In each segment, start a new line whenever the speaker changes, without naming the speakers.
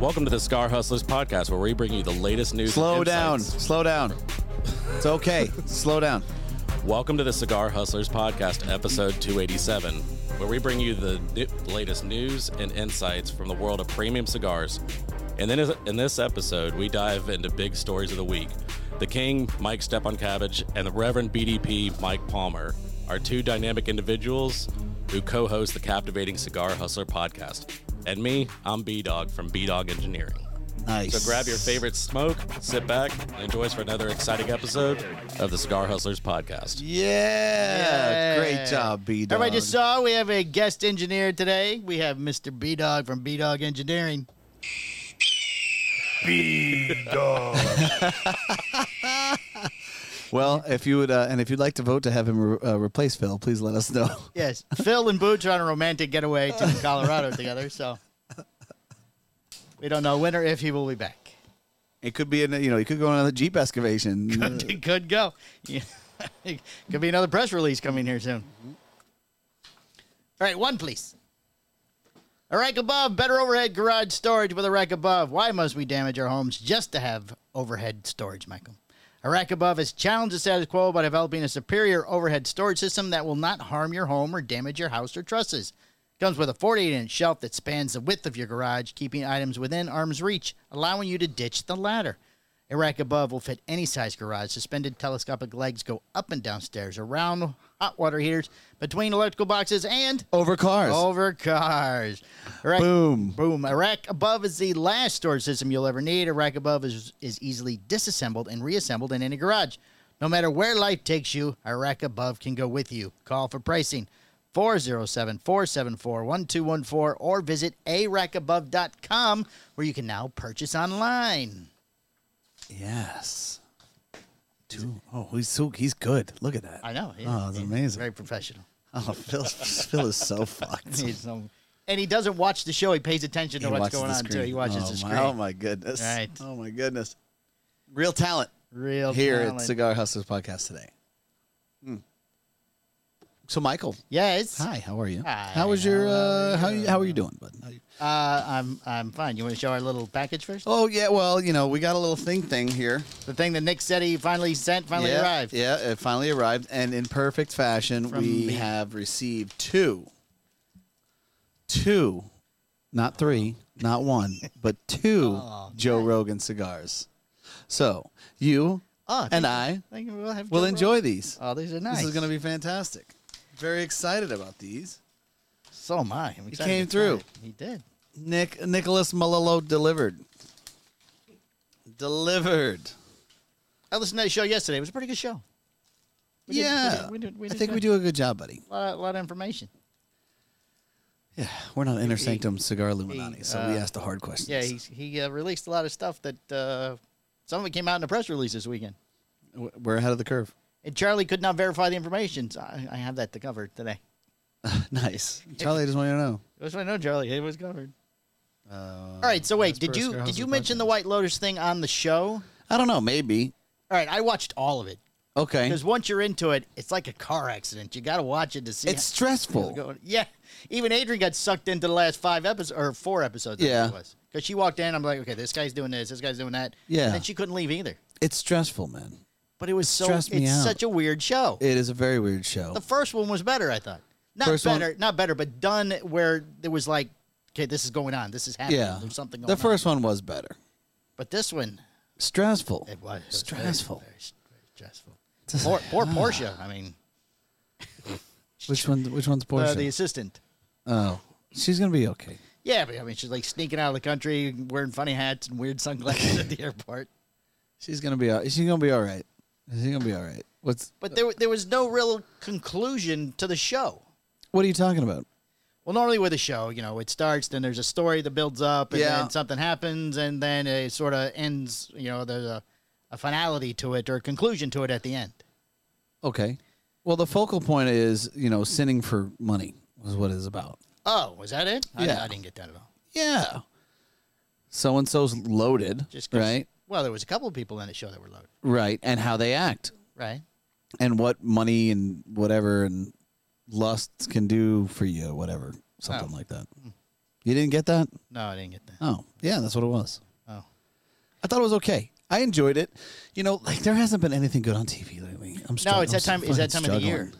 Welcome to the Scar Hustlers podcast, where we bring you the latest news. and
Slow down.
insights.
Slow down. It's okay. Slow down.
Welcome to the Cigar Hustlers podcast, episode 287, where we bring you the ni- latest news and insights from the world of premium cigars. And then in this episode, we dive into big stories of the week. The King, Mike Stepan Cabbage, and the Reverend BDP, Mike Palmer, are two dynamic individuals who co host the captivating Cigar Hustler podcast. And me, I'm B Dog from B Dog Engineering.
Nice.
So grab your favorite smoke, sit back, and enjoy us for another exciting episode of the Cigar Hustlers podcast.
Yeah.
Yeah.
Great job, B Dog.
Everybody just saw we have a guest engineer today. We have Mr. B Dog from B Dog Engineering.
Well, if you would, uh, and if you'd like to vote to have him re- uh, replace Phil, please let us know.
Yes, Phil and Boots are on a romantic getaway to Colorado together, so we don't know when or if he will be back.
It could be, in, a- you know, he could go on a Jeep excavation.
It could go. Yeah. could be another press release coming here soon.
Mm-hmm.
All right, one please. A rack above, better overhead garage storage with a rack above. Why must we damage our homes just to have overhead storage, Michael? A rack above has challenged the status quo by developing a superior overhead storage system that will not harm your home or damage your house or trusses. Comes with a 48 inch shelf that spans the width of your garage, keeping items within arm's reach, allowing you to ditch the ladder. A rack above will fit any size garage. Suspended telescopic legs go up and downstairs, around hot water heaters, between electrical boxes, and
Over cars.
over cars. A rack-
Boom.
Oh, Boom. A rack above is the last storage system you'll ever need. A rack above is, is easily disassembled and reassembled in any garage. No matter where life takes you, a rack above can go with you. Call for pricing 407 474 1214 or visit arackabove.com where you can now purchase online.
Yes. Two. Oh, he's so he's good. Look at that.
I know. he-
Oh, it's
he's
amazing.
Very professional.
Oh, Phil, Phil is so fucked.
He's, um, and he doesn't watch the show. He pays attention to
He
what's
watches
going
the
on, too.
screen.
He watches
oh,
the
my-
screen.
oh my goodness!
Right.
Oh my goodness! Real talent
Real
here
talent.
at Cigar Hustlers podcast today. Hmm. So, Michael,
Yes.
hi. How are you?
Hi,
how was your? Uh, how you, how are you doing, bud?
Uh, I'm I'm fine. You want to show our little package first?
Oh yeah. Well, you know, we got a little thing thing here.
The thing that Nick said he finally sent finally
yeah,
arrived.
Yeah, it finally arrived, and in perfect fashion,
From
we
me.
have received two, two, not three, not one, but two
Oh,
Joe Rogan cigars. So you
Oh, thank
and
you.
I
Thank you. We'll have
will
Joe
enjoy
Rogan.
these.
Oh, these are nice.
This is going to be fantastic. Very excited about these.
So am I. I'm excited
came
to try
through.
it. He did.
Nick Nicholas Malolo delivered. Delivered.
I listened to that show yesterday. It was a pretty good show. We did- we
yeah,
did- we did- we
I
did
think
good.
we do a good job, buddy.
A lot, a lot of information.
Yeah, we're not inner sanctum cigar Illuminati,
he,
so we
uh,
asked the hard questions.
Yeah, he's, he uh, released a lot of stuff that uh, some of it came out in a press release this weekend.
W- we're ahead of the curve.
And Charlie could not verify the information. So I, I have that to cover today.
nice, Charlie. I just want you to know.
That's what I know, Charlie. It was covered.
Uh,
All right. So wait,
that's per
did you
Scar
did you
Hustler
mention the
podcast.
White Lotus thing on the show?
I don't know. Maybe.
All right, I watched all of it.
Okay.
Because once you're into it, it's like a car accident. You got to watch it to see.
It's
how it's
stressful.
going. Yeah, even Adrian got sucked into the last five episodes or four episodes.
Yeah.
because she walked in. I'm like, okay, this guy's doing this, this guy's doing that.
Yeah.
and then she couldn't leave either.
It's stressful, man.
But it was so
Stressed me
it's
out.
such a weird show.
It is a very weird show.
the first one was better, I thought. Not
First one-
better, not better, but done where there was like, okay, this is going on, this is happening.
yeah,
there's something. Going
The first one was better.
on. but this one,
Stressful.
it was, it was very,
stressful.
very, very stressful. Poor, poor Portia. I mean,
Which one? Which one's
uh,
Portia?
the assistant.
oh, she's gonna be okay.
Yeah, but I mean, she's like sneaking out of the country, wearing funny hats and weird sunglasses at the airport.
She's gonna be. All, she's gonna be all right. She's gonna be all right. What's?
But there, wa- there was no real conclusion to the show.
What are you talking about?
Well, normally with a show, you know, it starts, then there's a story that builds up, and
Yeah.
then something happens, and then it sort of ends. You know, there's a, a finality to it or a conclusion to it at the end.
Okay. Well, the focal point is you know sinning for money was what it's about.
Oh, was that it? I,
Yeah.
I didn't get that at all.
Yeah. So and so's loaded,
Just 'cause-
right?
Well, there was a couple of people in the show that were loaded,
Right, and how they act,
right?
and what money and whatever and lusts can do for you, whatever, something
Oh.
like that. You didn't get that?
No, I didn't get that.
Oh, yeah, that's what it was.
Oh.
I thought it was okay. I enjoyed it. You know, like there hasn't been anything good on TV lately. I'm
No,
struggling.
it's that time. It's that time of the year.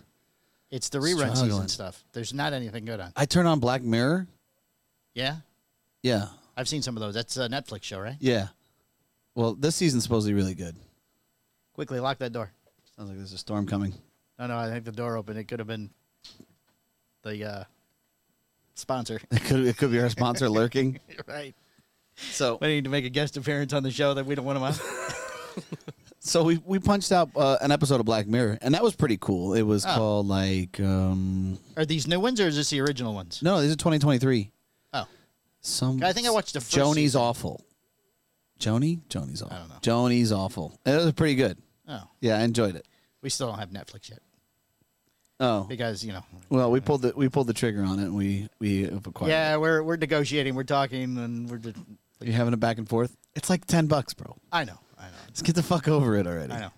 It's the rerun season
Struggling.
stuff. There's not anything good on.
I turn on Black Mirror.
Yeah,
Yeah,
I've seen some of those. That's a Netflix show, right?
yeah. Well, this season's supposedly really good.
Quickly lock that door.
Sounds like there's a storm coming.
No, no, I think the door opened. It could have been the uh, sponsor,
It could it could be our sponsor lurking.
right?
So
We need to make a guest appearance on the show that we don't want him on.
so we we punched out uh, an episode of Black Mirror, and that was pretty cool. It was
Oh.
called like um
Are these new ones or is this the original ones?
no, these are 2023.
Oh,
Some
I think I watched the first
Joni's
season.
awful. Joni, Joni's awful.
don't know.
Joni's awful. It was pretty good.
oh,
Yeah, I enjoyed it.
we still don't have Netflix yet
Oh
because you know.
well, we pulled the we pulled the trigger on it. And we we have acquired.
Yeah, we're we're negotiating, we're talking, and we're just.
it. you're having a back and forth. It's like ten bucks, bro.
I know, I know,
Let's get the fuck over it already.
I know.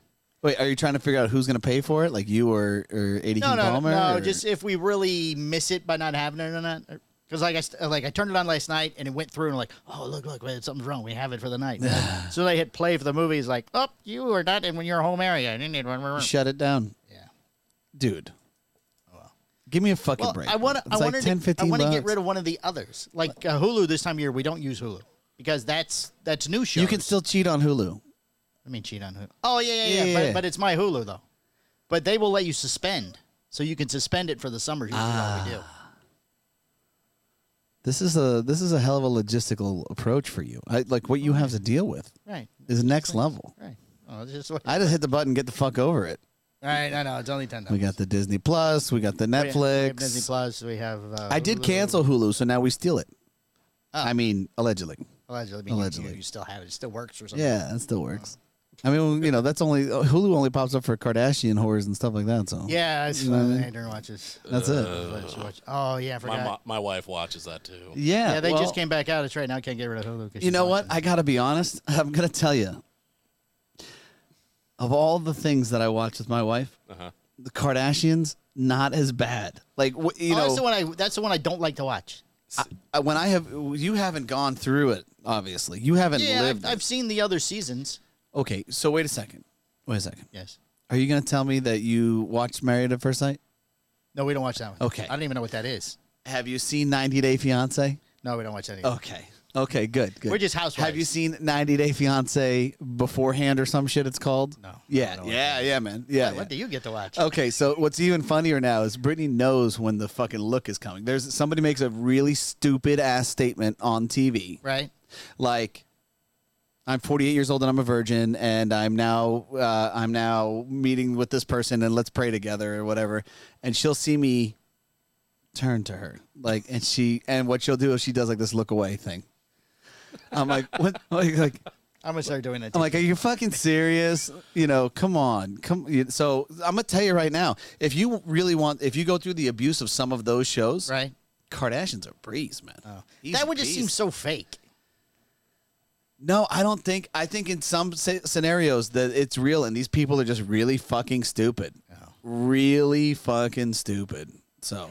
Wait, are you trying to figure out who's gonna pay for it? Like you or or Ada
No,
King
no,
Palmer?
no.
or-
Just if we really miss it by not having it or not. Because like I st- like I turned it on last night and it went through and like oh look look wait, something's wrong we have it for the night. so I hit play for the movie. It's like oh you are not in when your home area. You need one.
shut it down,
Yeah.
dude. Give me a fucking
Oh, Well,
break.
I want to.
It's
I
like
wanted
10,
to. I
15
want to get
bucks.
rid of one of the others. Like uh, Hulu this time of year we don't use Hulu because that's that's new shows.
You can still cheat on Hulu.
I mean, cheat on Hulu. Oh yeah, yeah, yeah.
Yeah.
But, but it's my Hulu though. But they will let you suspend, so you can suspend it for the summer. Usually
Ah.
what we do.
This is a this is a hell of a logistical approach for you. I, like what you have to deal with
Right.
is next level.
Right. Oh, it's just what,
I just hit the button, get the fuck over it.
right. I know it's only ten.
We got the Disney Plus, we got the
We have- we have Disney
Netflix.
Plus. We have. Uh,
I did
Hulu.
cancel Hulu, so now we steal it.
Oh.
I mean, allegedly.
Allegedly, I mean, you-
Allegedly.
you, you still have it. It still works or something.
Yeah, that still works. I mean, you know, that's only Hulu only pops up for Kardashian whores and stuff like that. So
Yeah. It's,
know what I
uh,
mean?
Andrew watches.
Mm-hmm. that's it.
watch- watch- Oh yeah, I forgot.
My, my, my wife watches that too.
Yeah,
yeah, they
well-
just came back out. It's right now. I can't get rid of Hulu. 'cause
You
she's
know what?
watching.
I gotta be honest. I'm gonna tell you. Of all the things that I watch with my wife,
Uh-huh.
the Kardashians not as bad. Like wh- you
Oh,
know,
that's the one. I that's the one I don't like to watch.
I- when I have you haven't gone through it. Obviously, you haven't
Yeah,
lived.
I've,
it.
I've seen the other seasons.
okay, so wait a second. Wait a second.
Yes.
Are you gonna tell me that you watched Married at First Sight?
No, we don't watch that one.
Okay.
I don't even know what that is.
Have you seen 90 Day Fiance?
No, we don't watch any. of
Okay. Okay. Good. Good.
We're just housewives.
Have you seen 90 Day Fiance beforehand or some shit? It's called.
No, I
Yeah.
don't know
Yeah. Yeah, man. Yeah.
that.
yeah. Oh.
What do you get to watch?
Okay, so what's even funnier now is Brittany knows when the fucking look is coming. There's somebody makes a really stupid ass statement on TV,
Right.
like, "I'm 48 years old and I'm a virgin, and I'm now uh, I'm now meeting with this person, and let's pray together or whatever." And she'll see me turn to her, like, and she and what she'll do is she does like this look away thing. I'm like, what? Like, like
I'm gonna start doing that. Too.
I'm like, are you fucking serious? You know, come on, come. you- So I'm gonna tell you right now, if you really want, if you go through the abuse of some of those shows,
right. Oh.
Kardashians are breeze, man. Easy
that would just seem
peasy.
so fake.
No, I don't think. I think in some sce- scenarios that it's real, and these people are just really fucking stupid.
Oh.
Really fucking stupid. So,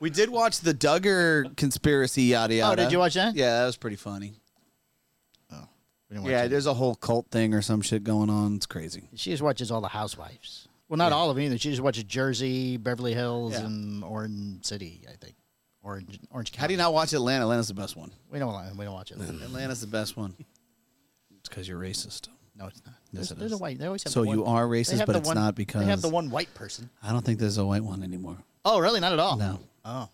we did watch the Duggar conspiracy yada
Oh,
yada.
did you watch that?
Yeah, that was pretty funny.
We didn't watch
Yeah,
it.
there's a whole cult thing or some shit going on. It's crazy.
She just watches all the Housewives. Well, not all of them either. She just watches Jersey, Beverly Hills,
Yeah.
and Orange City. I think Orange Orange County.
How do you not watch Atlanta? Atlanta's the best one.
We don't. wa- We don't watch it.
Atlanta's the best one. It's because you're racist.
No, it's not.
Yes,
There's,
it
there's a
is.
white. They always have.
So
the
you
one-
are
they
racist,
have
but
the
it's
one-
not
they
because
have the one white person.
I don't think there's a white one anymore.
Oh, really? Not at all.
No.
Oh.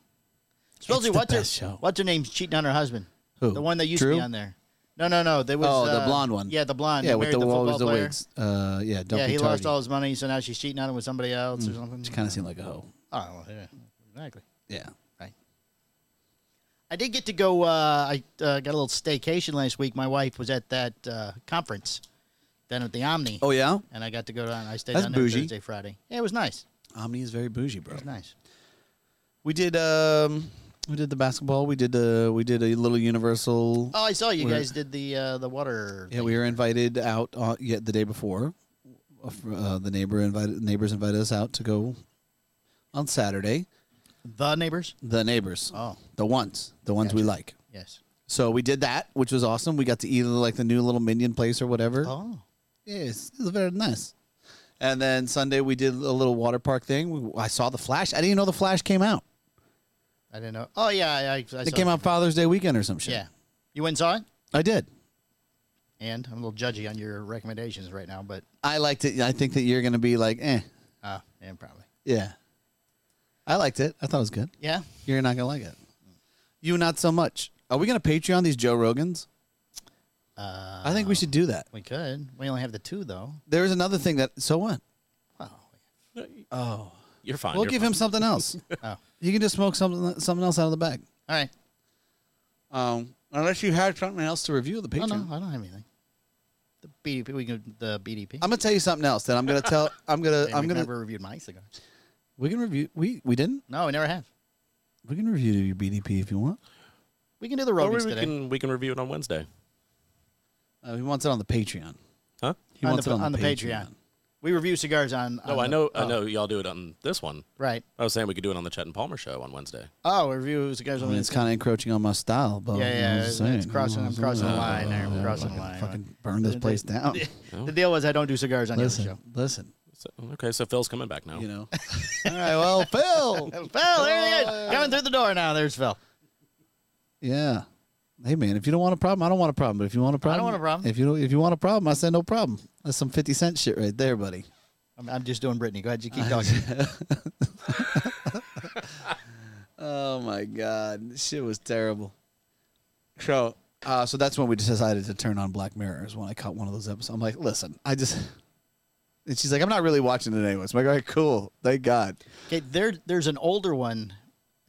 Supposedly,
the
what's her
best show.
what's her name's cheating on her husband?
Who?
The one that used to
Drew?
be on there. No, no, no. There was
Oh, the
uh,
blonde one.
Yeah, the blonde.
yeah,
who
with
married
the,
football
always the
player.
wigs. Uh, yeah, don't
Yeah,
be tardy.
he
Hmm.
lost all his money, so now she's cheating on him with somebody else or something.
She kind of seemed like a hoe.
Oh, well, yeah, exactly.
Yeah.
Right. I did get to go. Uh, I uh, got a little staycation last week. My wife was at that uh, conference down at the Omni,
Oh yeah.
and I got to go down. I stayed
That's
down there
bougie.
Thursday, Friday. Yeah, it was nice.
Omni is very bougie,
It
bro.
was nice.
We did um, we did the basketball. We did uh, we did a little universal.
Oh, I saw you
We're-
guys did the uh, the water.
Yeah, we were invited out uh, yet the day before. Uh, the neighbor invited neighbors invited us out to go on Saturday.
The neighbors?
the neighbors.
Oh.
the ones, the ones we like.
Yes.
So we did that, which was awesome. We got to eat at, like the new little minion place or whatever.
Oh.
Yes, it was very nice. And then Sunday we did a little water park thing. We, I saw the Flash. I didn't even know the Flash came out.
I didn't know. Oh, yeah. I, I, I saw
It came
it.
out Father's Day weekend or some shit.
Yeah. You went and saw it?
I did.
And I'm a little judgy on your recommendations right now, but
I liked it. I think that you're gonna be like, eh,
uh, yeah, probably.
yeah. I liked it. I thought it was good.
Yeah.
You're not gonna like it. You not so much. Are we gonna Patreon these Joe Rogans?
Uh,
I think we should do that.
we could. We only have the two, though.
There is another thing that. So what?
Well,
Oh,
You're fine.
we'll
you're
give him something else.
oh.
You can just smoke something something else out of the bag.
All right.
Um, unless you had something else to review the
Oh,
Patreon.
no, I don't have anything. The BDP. We can the BDP.
I'm gonna tell you something else that I'm gonna tell. I'm gonna.
Hey,
I'm
we've
gonna.
never reviewed my cigar.
We can review. We we didn't.
No, we never have.
We can review your BDP if you want.
We can do the
Or we
Rogans today.
can we can review it on Wednesday,
Uh, he wants it on the Patreon.
huh?
He
on
wants
the,
it on, the
Patreon. We review cigars on.
No,
on
I
the-
know. I
oh,
know y'all do it on this one.
Right.
I was saying we could do it on the Chet and Palmer show on Wednesday.
Oh, we review cigars
I
on.
mean, it's kind of encroaching on my style, but
Yeah,
you know,
yeah,
I'm just
it's
saying,
crossing-
you know,
I'm crossing
uh,
the line there, I'm
uh,
crossing
fucking-
the line.
Fucking burn this place down.
of. The deal was I don't do cigars on your
listen,
show.
listen.
So, okay, so Phil's coming back now.
You know. All right, well, Phil.
Phil, there he
Oh,
is, coming through the door now. There's Phil.
Yeah. Hey man, if you don't want a problem, I don't want a problem. But if you want a problem,
want a problem.
If you don't, if you want a problem, I said no problem. That's some fifty cent shit right there, buddy.
I'm, I'm just doing Brittany. Go ahead, you keep talking.
Oh my god, this shit was terrible. So, uh, so that's when we decided to turn on Black Mirror. Is when I caught one of those episodes. I'm like, listen, I just. And she's like, I'm not really watching it anyways. I'm like, all right, cool. Thank God.
Okay, there, there's an older one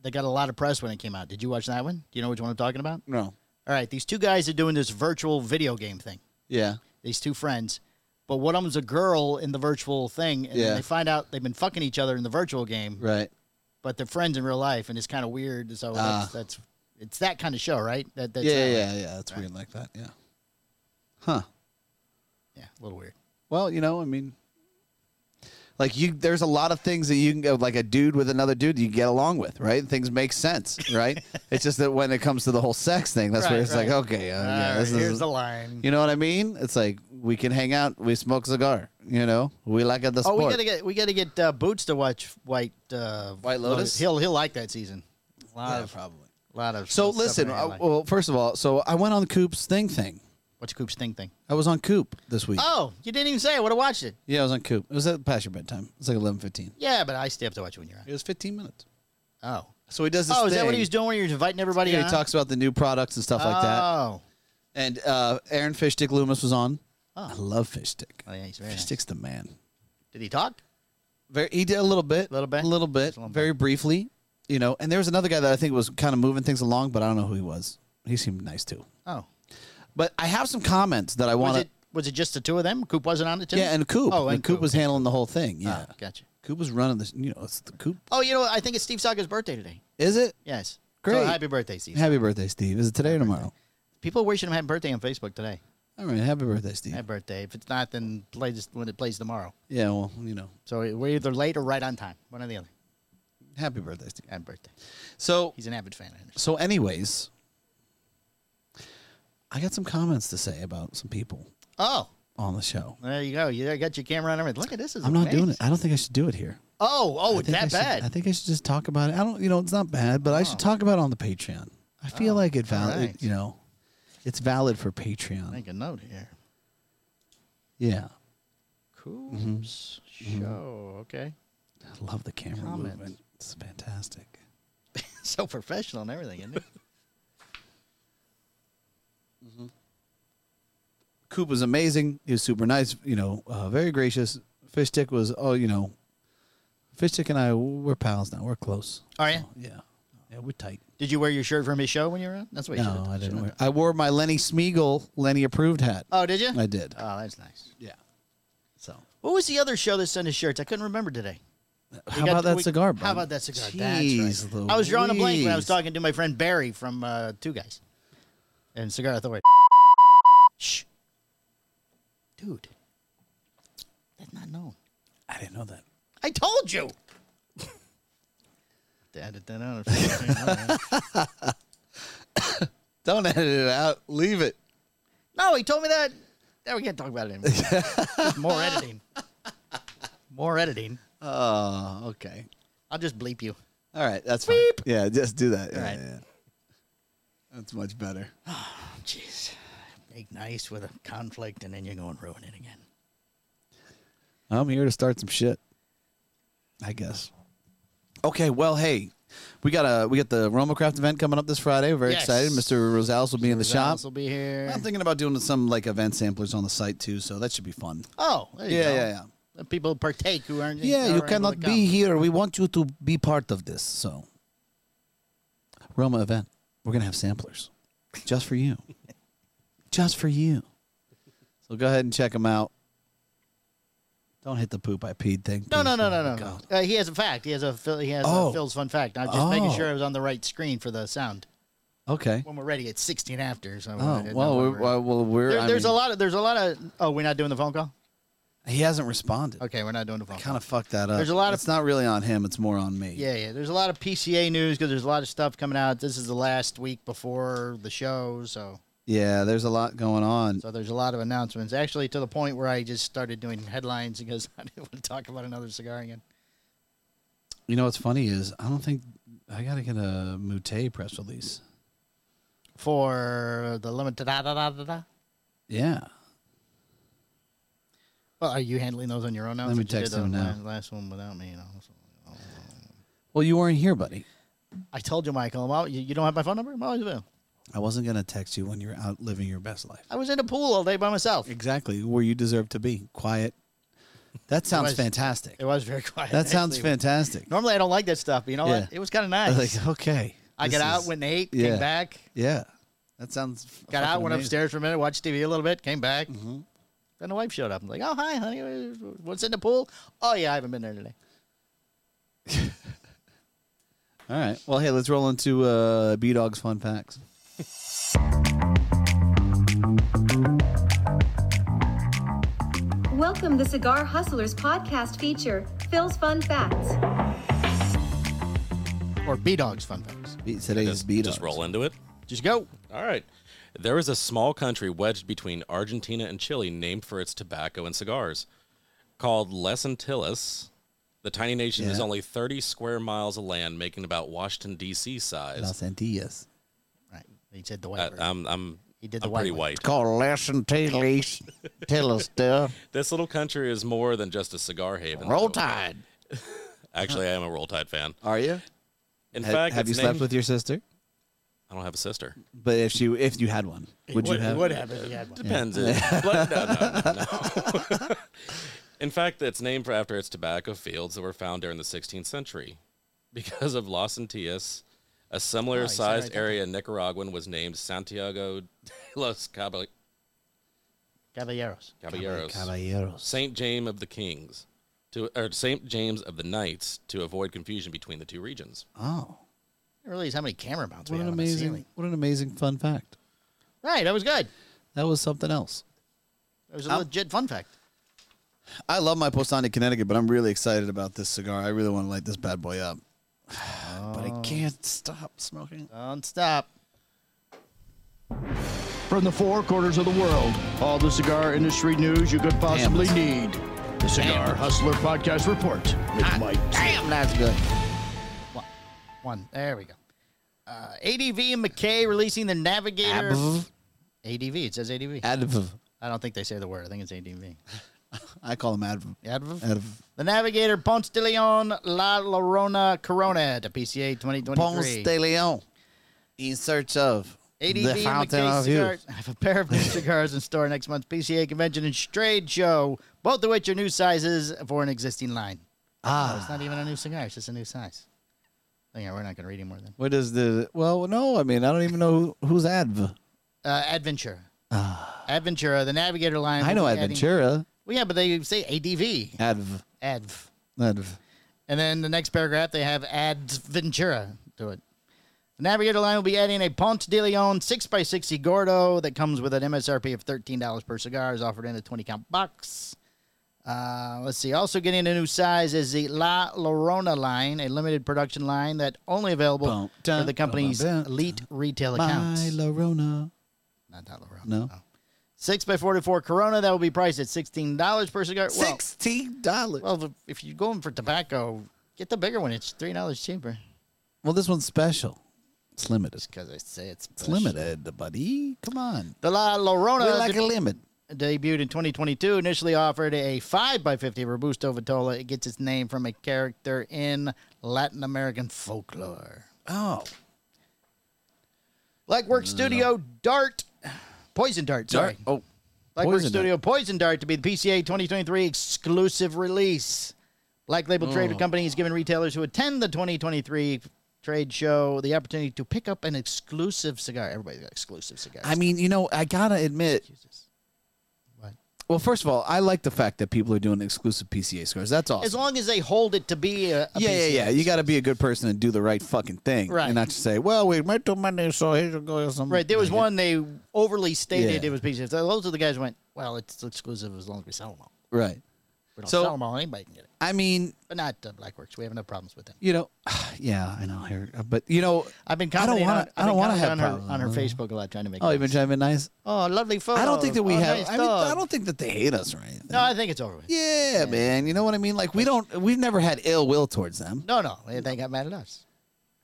that got a lot of press when it came out. Did you watch that one? Do you know which one I'm talking about?
No.
All right, these two guys are doing this virtual video game thing.
Yeah.
These two friends, but one of them's a girl in the virtual thing, and
Yeah.
then they find out they've been fucking each other in the virtual game,
Right.
but they're friends in real life, and it's kind of weird. So
Ah.
that's, that's it's that kind of show, right? That that's
yeah,
that
yeah,
way.
yeah, yeah. It's weird like that. Yeah. Huh.
yeah, a little weird.
Well, you know, I mean, like you, there's a lot of things that you can go, like a dude with another dude you get along with, right? Things make sense, right? it's just that when it comes to the whole sex thing, that's where
Right,
it's
right.
like, okay, uh, yeah,
All
this
right, here's
is,
the line.
you know what I mean? It's like we can hang out, we smoke cigar, you know, we like at the sport.
oh, we gotta get we gotta get uh, Boots to watch White uh,
White Lotus?
He'll he'll like that season. A lot
yeah,
of
Uh, probably.
a lot of
So
stuff in
listen,
there,
uh,
like-
well, first of all, so I went on Coop's thing thing.
What's Coop's thing thing?
I was on Coop this week.
Oh, you didn't even say. I would have watched it.
Yeah, I was on Coop. It was at past your bedtime. It was like eleven fifteen.
Yeah, but I stay up to watch it when you're on.
It was fifteen minutes.
Oh.
So he does this
Oh, is that what
thing.
he was doing when he was inviting everybody
Yeah,
on?
he talks about the new products and stuff like that.
Oh.
And uh, Aaron Fish Stick Loomis was on. I love Fish Stick.
Oh, yeah, he's very
Fish
nice.
Stick's the man.
Did he talk?
Very, he did a little bit,
Little bit?
a little bit,
Just a little
very briefly, you know. And there was another guy that I think was kind of moving things along, but I don't know who he was. He seemed nice too.
Oh.
But I have some comments that I
Was
want
it was it just the two of them? Coop wasn't on it too?
to. Yeah, and Coop.
Oh,
and, Coop, was
Oh,
handling the whole thing. Yeah,
gotcha.
Coop was running this. You know, it's the Coop.
Oh, you know, what? I think it's Steve Saga's birthday today.
Is it?
Yes.
Great.
So happy birthday, Steve.
Happy birthday, Steve. Is it today or tomorrow?
People wishing him happy birthday on Facebook today.
All right, happy birthday, Steve.
Happy birthday. If it's not, then play this when it plays tomorrow.
Yeah, well, you know,
So we're either late or right on time. One or the other.
happy birthday, Steve.
Happy birthday.
So
He's an avid fan. I understand.
So, anyways, I got some comments to say about some people
Oh,
on the show.
there you go. You got your camera on everything. Look at this. this Is
I'm not doing
amazing.
it. I don't think I should do it here.
Oh, oh, it's
I
that
think I should-
bad.
I think I should just talk about it. I don't, you know, it's not bad, but I should talk about it on the Patreon. I feel like it valid,
alright.
you know, it's valid for Patreon.
Make a note here.
yeah,
Cool
Mm-hmm.
show. Okay.
I love the camera
Comments.
movement. It's fantastic.
so professional and everything, isn't it?
Coop was amazing. He was super nice. You know, uh, very gracious. Fishstick was, oh, you know, Fishstick and I, we're pals now. We're close.
Are you?
Yeah, yeah, we're tight.
Did you wear your shirt from his show when you were on? That's what you should
No,
have
I
done.
didn't
Should've
wear.
done.
I wore my Lenny Smeagol Lenny approved hat.
Oh, did you?
I did.
Oh, that's nice.
Yeah. So
What was the other show that sent us shirts? I couldn't remember today. We
how
got-
about that
we-
cigar? bud?
How about that cigar?
Jeez
that's right. I was drawing a blank when I was
Louise.
talking to my friend Barry from uh, Two Guys and Cigar Authority. Shh. Dude. That's not known.
I didn't know that.
I told you. to edit that out. if-
Don't edit it out. Leave it.
no, he told me that. Now we can't talk about it anymore. Just more editing. More editing.
Oh, okay.
I'll just bleep you.
All right, that's fine. Yeah, just do that. Yeah,
All right.
yeah, yeah. That's much better.
Jeez. Make nice with a conflict, and then you're going to ruin it again.
I'm here to start some shit. I guess. Okay, well, hey, we got a we got the RomoCraft event coming up this Friday. We're very
Yes.
excited. Mr. Rosales will be in the shop.
will be here.
I'm thinking about doing some like event samplers on the site too, so that should be fun.
oh, there you
Yeah,
go.
yeah, yeah.
Let people partake who aren't.
Yeah,
aren't
you
able to
cannot
come.
be here. We want you to be part of this. So, Roma event. We're going to have samplers just for you. just for you. So go ahead and check them out. Don't hit the poop I peed thing.
No,
please.
no, no,
Oh, my
no, no. no.
God.
Uh, he has a fact. He has a Phil- he has
Oh.
a Phil's fun fact. I'm just making
Oh.
sure I was on the right screen for the sound.
Okay.
When we're ready, it's 16 after. So I
Oh,
didn't
well,
know
we're,
where
well, well, we're.
There-
I
there's a
mean,
lot of there's a lot of. Oh, we're not doing the phone call.
He hasn't responded.
Okay, we're not doing the phone.
Kind
call.
of fucked that up.
There's a lot of-
It's not really on him. It's more on me.
Yeah, yeah. There's a lot of PCA news because there's a lot of stuff coming out. This is the last week before the show, so
Yeah. There's a lot going on.
so there's a lot of announcements. Actually, to the point where I just started doing headlines because I didn't want to talk about another cigar again.
You know what's funny is I don't think I got to get a Mute press release.
For the limited, da, da, da, da, da.
Yeah.
Well, are you handling those on your own now?
Let me
Since you did
text
the
him now.
la- Last one without me. You know, so.
Well, you weren't here, buddy.
I told you, Michael. I'm out. You, you don't have my phone number? I'm always available.
I wasn't going to text you when you're out living your best life.
I was in a pool all day by myself.
Exactly where you deserve to be. Quiet. That sounds
was-
fantastic.
It was very quiet.
That sounds
actually.
fantastic.
Normally, I don't like that stuff, but you know
Yeah.
what? It was kind of
I
nice.
was like, okay.
I
this
got out,
is-
went and ate,
yeah.
came back.
Yeah. That sounds.
Got out,
fucking
went
amazing. Mm-hmm.
upstairs for a minute, watched TV a little bit, came back. Then the wife showed up. I'm like, oh, hi, honey. What's in the pool? Oh, yeah, I haven't been there today.
All right. Well, hey, let's roll into uh, B Dog's fun facts.
Welcome the Cigar Hustlers podcast feature, Phil's Fun Facts.
Or B Dog's fun facts.
B- Today's
Just,
B Dog's.
just roll into it.
Just go.
All right. There is a small country wedged between Argentina and Chile named for its tobacco and cigars. Called Les Antilles, the tiny nation is
Yeah.
only 30 square miles of land, making about Washington, D.C. size.
Las Antillas.
Right. He said the
I,
wife.
I'm, I'm,
He did the
Uh, I'm
white
pretty
one.
white.
Called Las Antillas. Tell us stuff.
This little country is more than just a cigar haven. though.
Tide.
Actually, I am a Roll Tide fan.
Are you?
In
Ha-
fact,
have you
its
slept
name-
with your sister?
I don't have a sister.
But if she, if you had one, would you have?
Would have if he had one.
Depends. It- but no, no, no, no. In fact, it's named for after its tobacco fields that were found during the 16th century. Because of Los Antillas, a similar
he said
sized
right there.
area in Nicaraguan was named Santiago de los Cabal-
Caballeros.
Caballeros,
Caballeros.
Saint James of the Kings, to or Saint James of the Knights, to avoid confusion between the two regions.
Oh,
I didn't realize how many camera mounts we
what
had
an
on the
amazing,
ceiling.
what an amazing fun fact.
Right. That was good.
That was something else.
That was a legit fun fact.
I love my Postani Connecticut, but I'm really excited about this cigar. I really want to light this bad boy up, but I can't stop smoking.
Don't stop.
From the four corners of the world, all the cigar industry news you could possibly need. The Cigar Hustler Podcast Report with Mike.
Damn, that's good. One. One. There we go. Uh, ADV and McKay releasing the Navigator.
Adv.
ADV. It says ADV.
Adv.
I don't think they say the word. I think it's ADV.
I call him Adv.
Adv.
Adv.
The Navigator Ponce de Leon La Llorona Corona at the PCA 2023.
Ponce de Leon, in search of
ADV
the
and
fountain
McKay
of youth.
cigars. I have a pair of new cigars in store next month's PCA convention and trade show, both of which are new sizes for an existing line. Oh, it's
Ah,
not even a new cigar. It's just a new size. Oh, yeah, we're not going to read any more then.
what is the? Well, no, I mean I don't even know who, who's Adv.
Uh, Adventure. Adventure, uh, the Navigator line.
Ah. I
will
know
be adding-
Adventura.
Well, yeah, but they say ADV.
Adv.
Adv.
Adv.
And then the next paragraph, they have Adventura to it. The Navigator line will be adding a Ponce de Leon 6x60 Gordo that comes with an MSRP of $13 per cigar, is offered in a 20 count box. Uh, let's see. Also getting a new size is the La Llorona line, a limited production line that only available
Bum,
for
dun,
the company's
bum, bum,
elite retail
My
accounts.
Lorona.
Not that Llorona.
No.
Six by forty-four Corona that will be priced at sixteen dollars per cigar. Well,
Sixteen dollars. Well,
Well, the- if you're going for tobacco, get the bigger one. It's three dollars cheaper.
this one's special. It's limited.
Because I say it's,
It's limited, buddy. Come on.
The La Llorona
We like a limit.
de- debuted in 2022. Initially offered a five x fifty Robusto Vitola. It gets its name from a character in Latin American folklore.
Oh,
Blackwork Studio Dart, Poison Dart. Sorry,
Oh,
Blackwork
Poison Dart.
Studio Poison Dart to be the PCA 2023 exclusive release. Black Label
Oh.
Trader Company has given retailers who attend the 2023 trade show the opportunity to pick up an exclusive cigar. Everybody's got exclusive cigars.
I mean, you know, I gotta admit.
Jesus. What?
Well, first of all, I like the fact that people are doing exclusive PCA scores. That's awesome.
As long as they hold it to be a, a
yeah, yeah,
PCA.
yeah. You got to be a good person and do the right fucking thing,
Right.
And not just say, "Well, we made too money, so here you go." or Something.
Right. There was one they overly stated
Yeah.
it was PCA. So Those are the guys who went, well, it's exclusive as long as we sell them all.
Right.
If we don't
So-
sell them all. Anybody can get it.
I mean,
But not uh, Blackworks. We have no problems with them.
you know, yeah, I know. Here, but you know,
I've been
I don't
commenting
want.
on, I've
I don't
been
want to have
commenting on her, on her
problems.
Facebook a lot trying to make
Oh, you've been
comments.
trying to be nice.
Oh, lovely photo.
I don't think that we
Oh,
have.
nice
I mean, I
dog.
don't think that they hate us or anything.
No, I think it's over with.
yeah, man. You know what I mean? Like we don't. We've never had ill will towards them.
No, no, they- they got mad at us.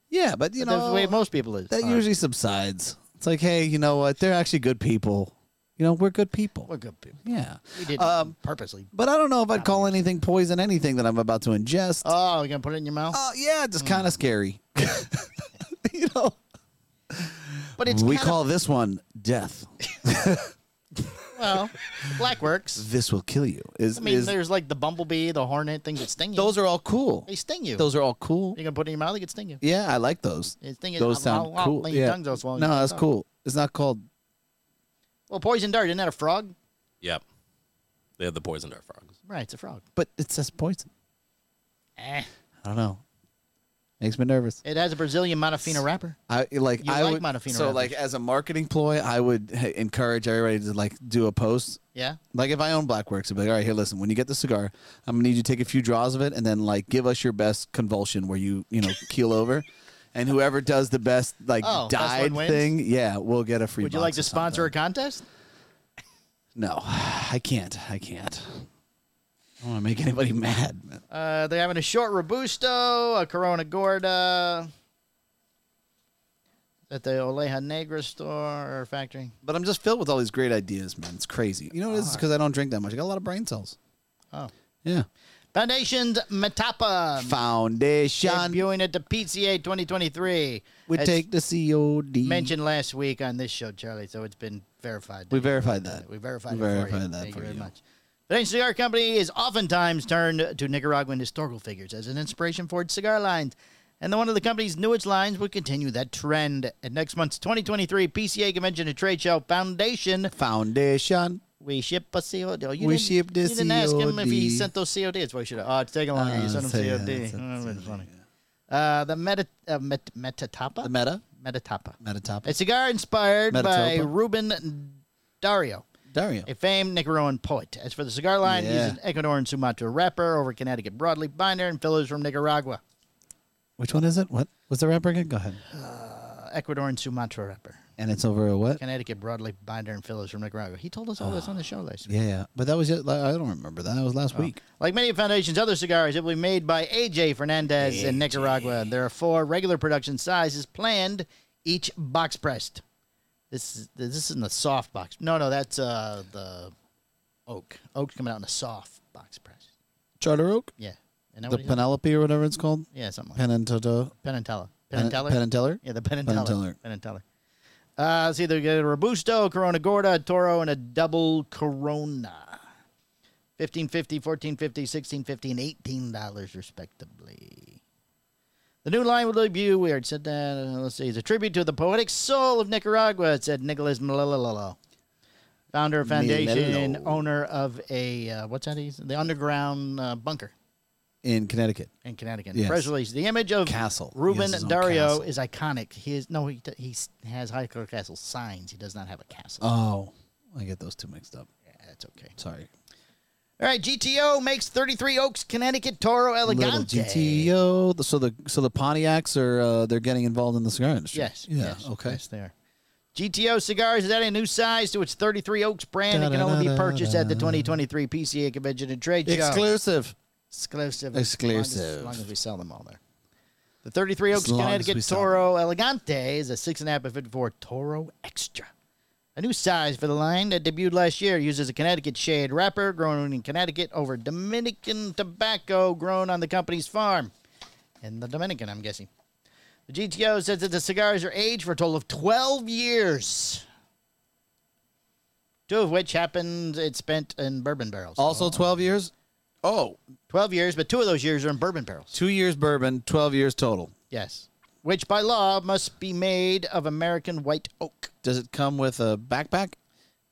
Yeah, but you
But that's
know
the way most people is.
that
are.
usually subsides. It's like, hey, you know what? They're actually good people. You know, we're good people.
we're good people.
yeah.
We did
Um,
purposely.
But I don't know if I'd call anything poison anything that I'm about to ingest. Oh,
Oh, you gonna put it in your mouth?
yeah, just
hmm.
kind of scary. you know,
but it's
we
kind
call this one death.
of, well, black works.
This will kill you. Is,
I mean,
is-
there's like the bumblebee, the hornet, things that sting you.
those are all cool.
they sting you.
Those are all cool.
you gonna put it in your mouth? They could sting you.
Yeah, I like those.
The thing is,
Those
I'll-
sound
I'll-
cool.
my
Yeah.
tongue's all swollen.
No, that's
Oh.
cool. It's not called.
Well, poison dart. Isn't that a frog?
Yep. They have the poison dart frogs.
Right, it's a frog.
But it says poison.
Eh.
I don't know. Makes me nervous.
It has a Brazilian Modafina wrapper.
I like.
You
I
like
would,
Modafino
So,
wrappers.
like, as a marketing ploy, I would hey, encourage everybody to like do a post.
Yeah.
Like, if I own Blackworks, I'd be like, all right, here, listen. When you get the cigar, I'm gonna need you to take a few draws of it, and then like give us your best convulsion where you you know keel over, and whoever does the best like
Oh, best one
died
wins?
thing, yeah, we'll get a free.
Would you like
box
to
or
sponsor a
something.
contest?
No, I can't. I can't. I don't want to make anybody mad.
Uh, they're having a short Robusto, a Corona Gorda at the Oleja Negra store or factory.
But I'm just filled with all these great ideas, man. It's crazy. You know what it is? Because I don't drink that much. I got a lot of brain cells.
Oh.
Yeah.
Foundations
Um,
Metapa.
Foundation.
Debuting at the PCA 2023.
We
As
take the COD.
mentioned last week on this show, Charlie, so it's been verified.
We verified that.
We
We
verified, it for you.
verified that
Thank
for
you very
you.
much. The cigar company is oftentimes turned to Nicaraguan historical figures as an inspiration for its cigar lines, and the one of the company's newest lines would continue that trend. At next month's 2023 PCA Convention and Trade Show Foundation,
Foundation.
we ship a COD. Oh, you
We
didn't-
ship the
You didn't ask him if he
COD.
sent those CODs. Well, you should have. Oh, it's taking longer. you
Uh,
sent him
so, yeah,
COD.
that's-
Oh, that's
that's-
funny. Uh, the Meta, uh, met, Metatapa?
The meta.
Metatapa.
Meta top.
A cigar inspired by
Metatopa.
Ruben Dario,
Dario.
a famed Nicaraguan poet. As for the cigar line,
Yeah.
he's an Ecuador and Sumatra wrapper over Connecticut broadleaf binder and fillers from Nicaragua.
Which one is it? What? What's the wrapper again? Go ahead.
Uh, Ecuador and Sumatra wrapper.
And it's over a what?
Connecticut broadleaf binder and fillers from Nicaragua. He told us all this on the show last week.
Yeah, yeah. But that was it. I don't remember that. That was last week.
Like many of Foundation's other cigars, it will be made by AJ Fernandez in Nicaragua. There are four regular production sizes planned, each box pressed. This is this isn't a soft box. No, no, that's uh, the oak. Oak's coming out in a soft box press.
Charter Oak.
Yeah, and that
The
what he's on?
Penelope or whatever it's called.
yeah, something like that.
Penantota.
Penantella.
Pen-
Penantella.
Penanteller?
Yeah, the Penanteller.
Penanteller.
Penanteller. Uh, let's see, they got a Robusto, Corona Gorda, a Toro, and a double Corona. 1550 1450 1650 and 18 dollars respectively the new line will debut we already said that uh, let's see it's a tribute to the poetic soul of nicaragua it said nicholas Malilolo, founder of foundation
Malilolo.
owner of a uh, what's that he's the underground uh, bunker
In Connecticut.
in Connecticut.
Yes.
Press release. The image of
Castle. He
Ruben
has his own
Dario
castle.
is iconic. He is no, he, d- he s- has Highclere Castle signs. He does not have a castle.
Oh, I get those two mixed up.
Yeah, that's okay.
Sorry.
All right, GTO makes 33 Oaks, Connecticut Toro
Little
Elegante.
GTO. The- So the so the Pontiacs are uh, they're getting involved in the cigar industry.
Yes.
Yeah.
yes,
okay.
Yes, they are. GTO cigars is adding a new size to its 33 Oaks brand and can only be purchased at the 2023 PCA Convention and Trade Show.
Exclusive.
Exclusive. As long as,
Exclusive.
as long as we sell them all there. The 33 Oaks
As long as we
Connecticut
sell
Toro Elegante is a 6.5 by 54 Toro Extra. A new size for the line that debuted last year uses a Connecticut shade wrapper grown in Connecticut over Dominican tobacco grown on the company's farm. In the Dominican, I'm guessing. The GTO says that the cigars are aged for a total of 12 years, two of which happened, it's spent in bourbon barrels.
Also twelve years. Oh,
12 years, but two of those years are in bourbon barrels.
two years bourbon, twelve years total.
Yes. Which by law must be made of American white oak.
Does it come with a backpack?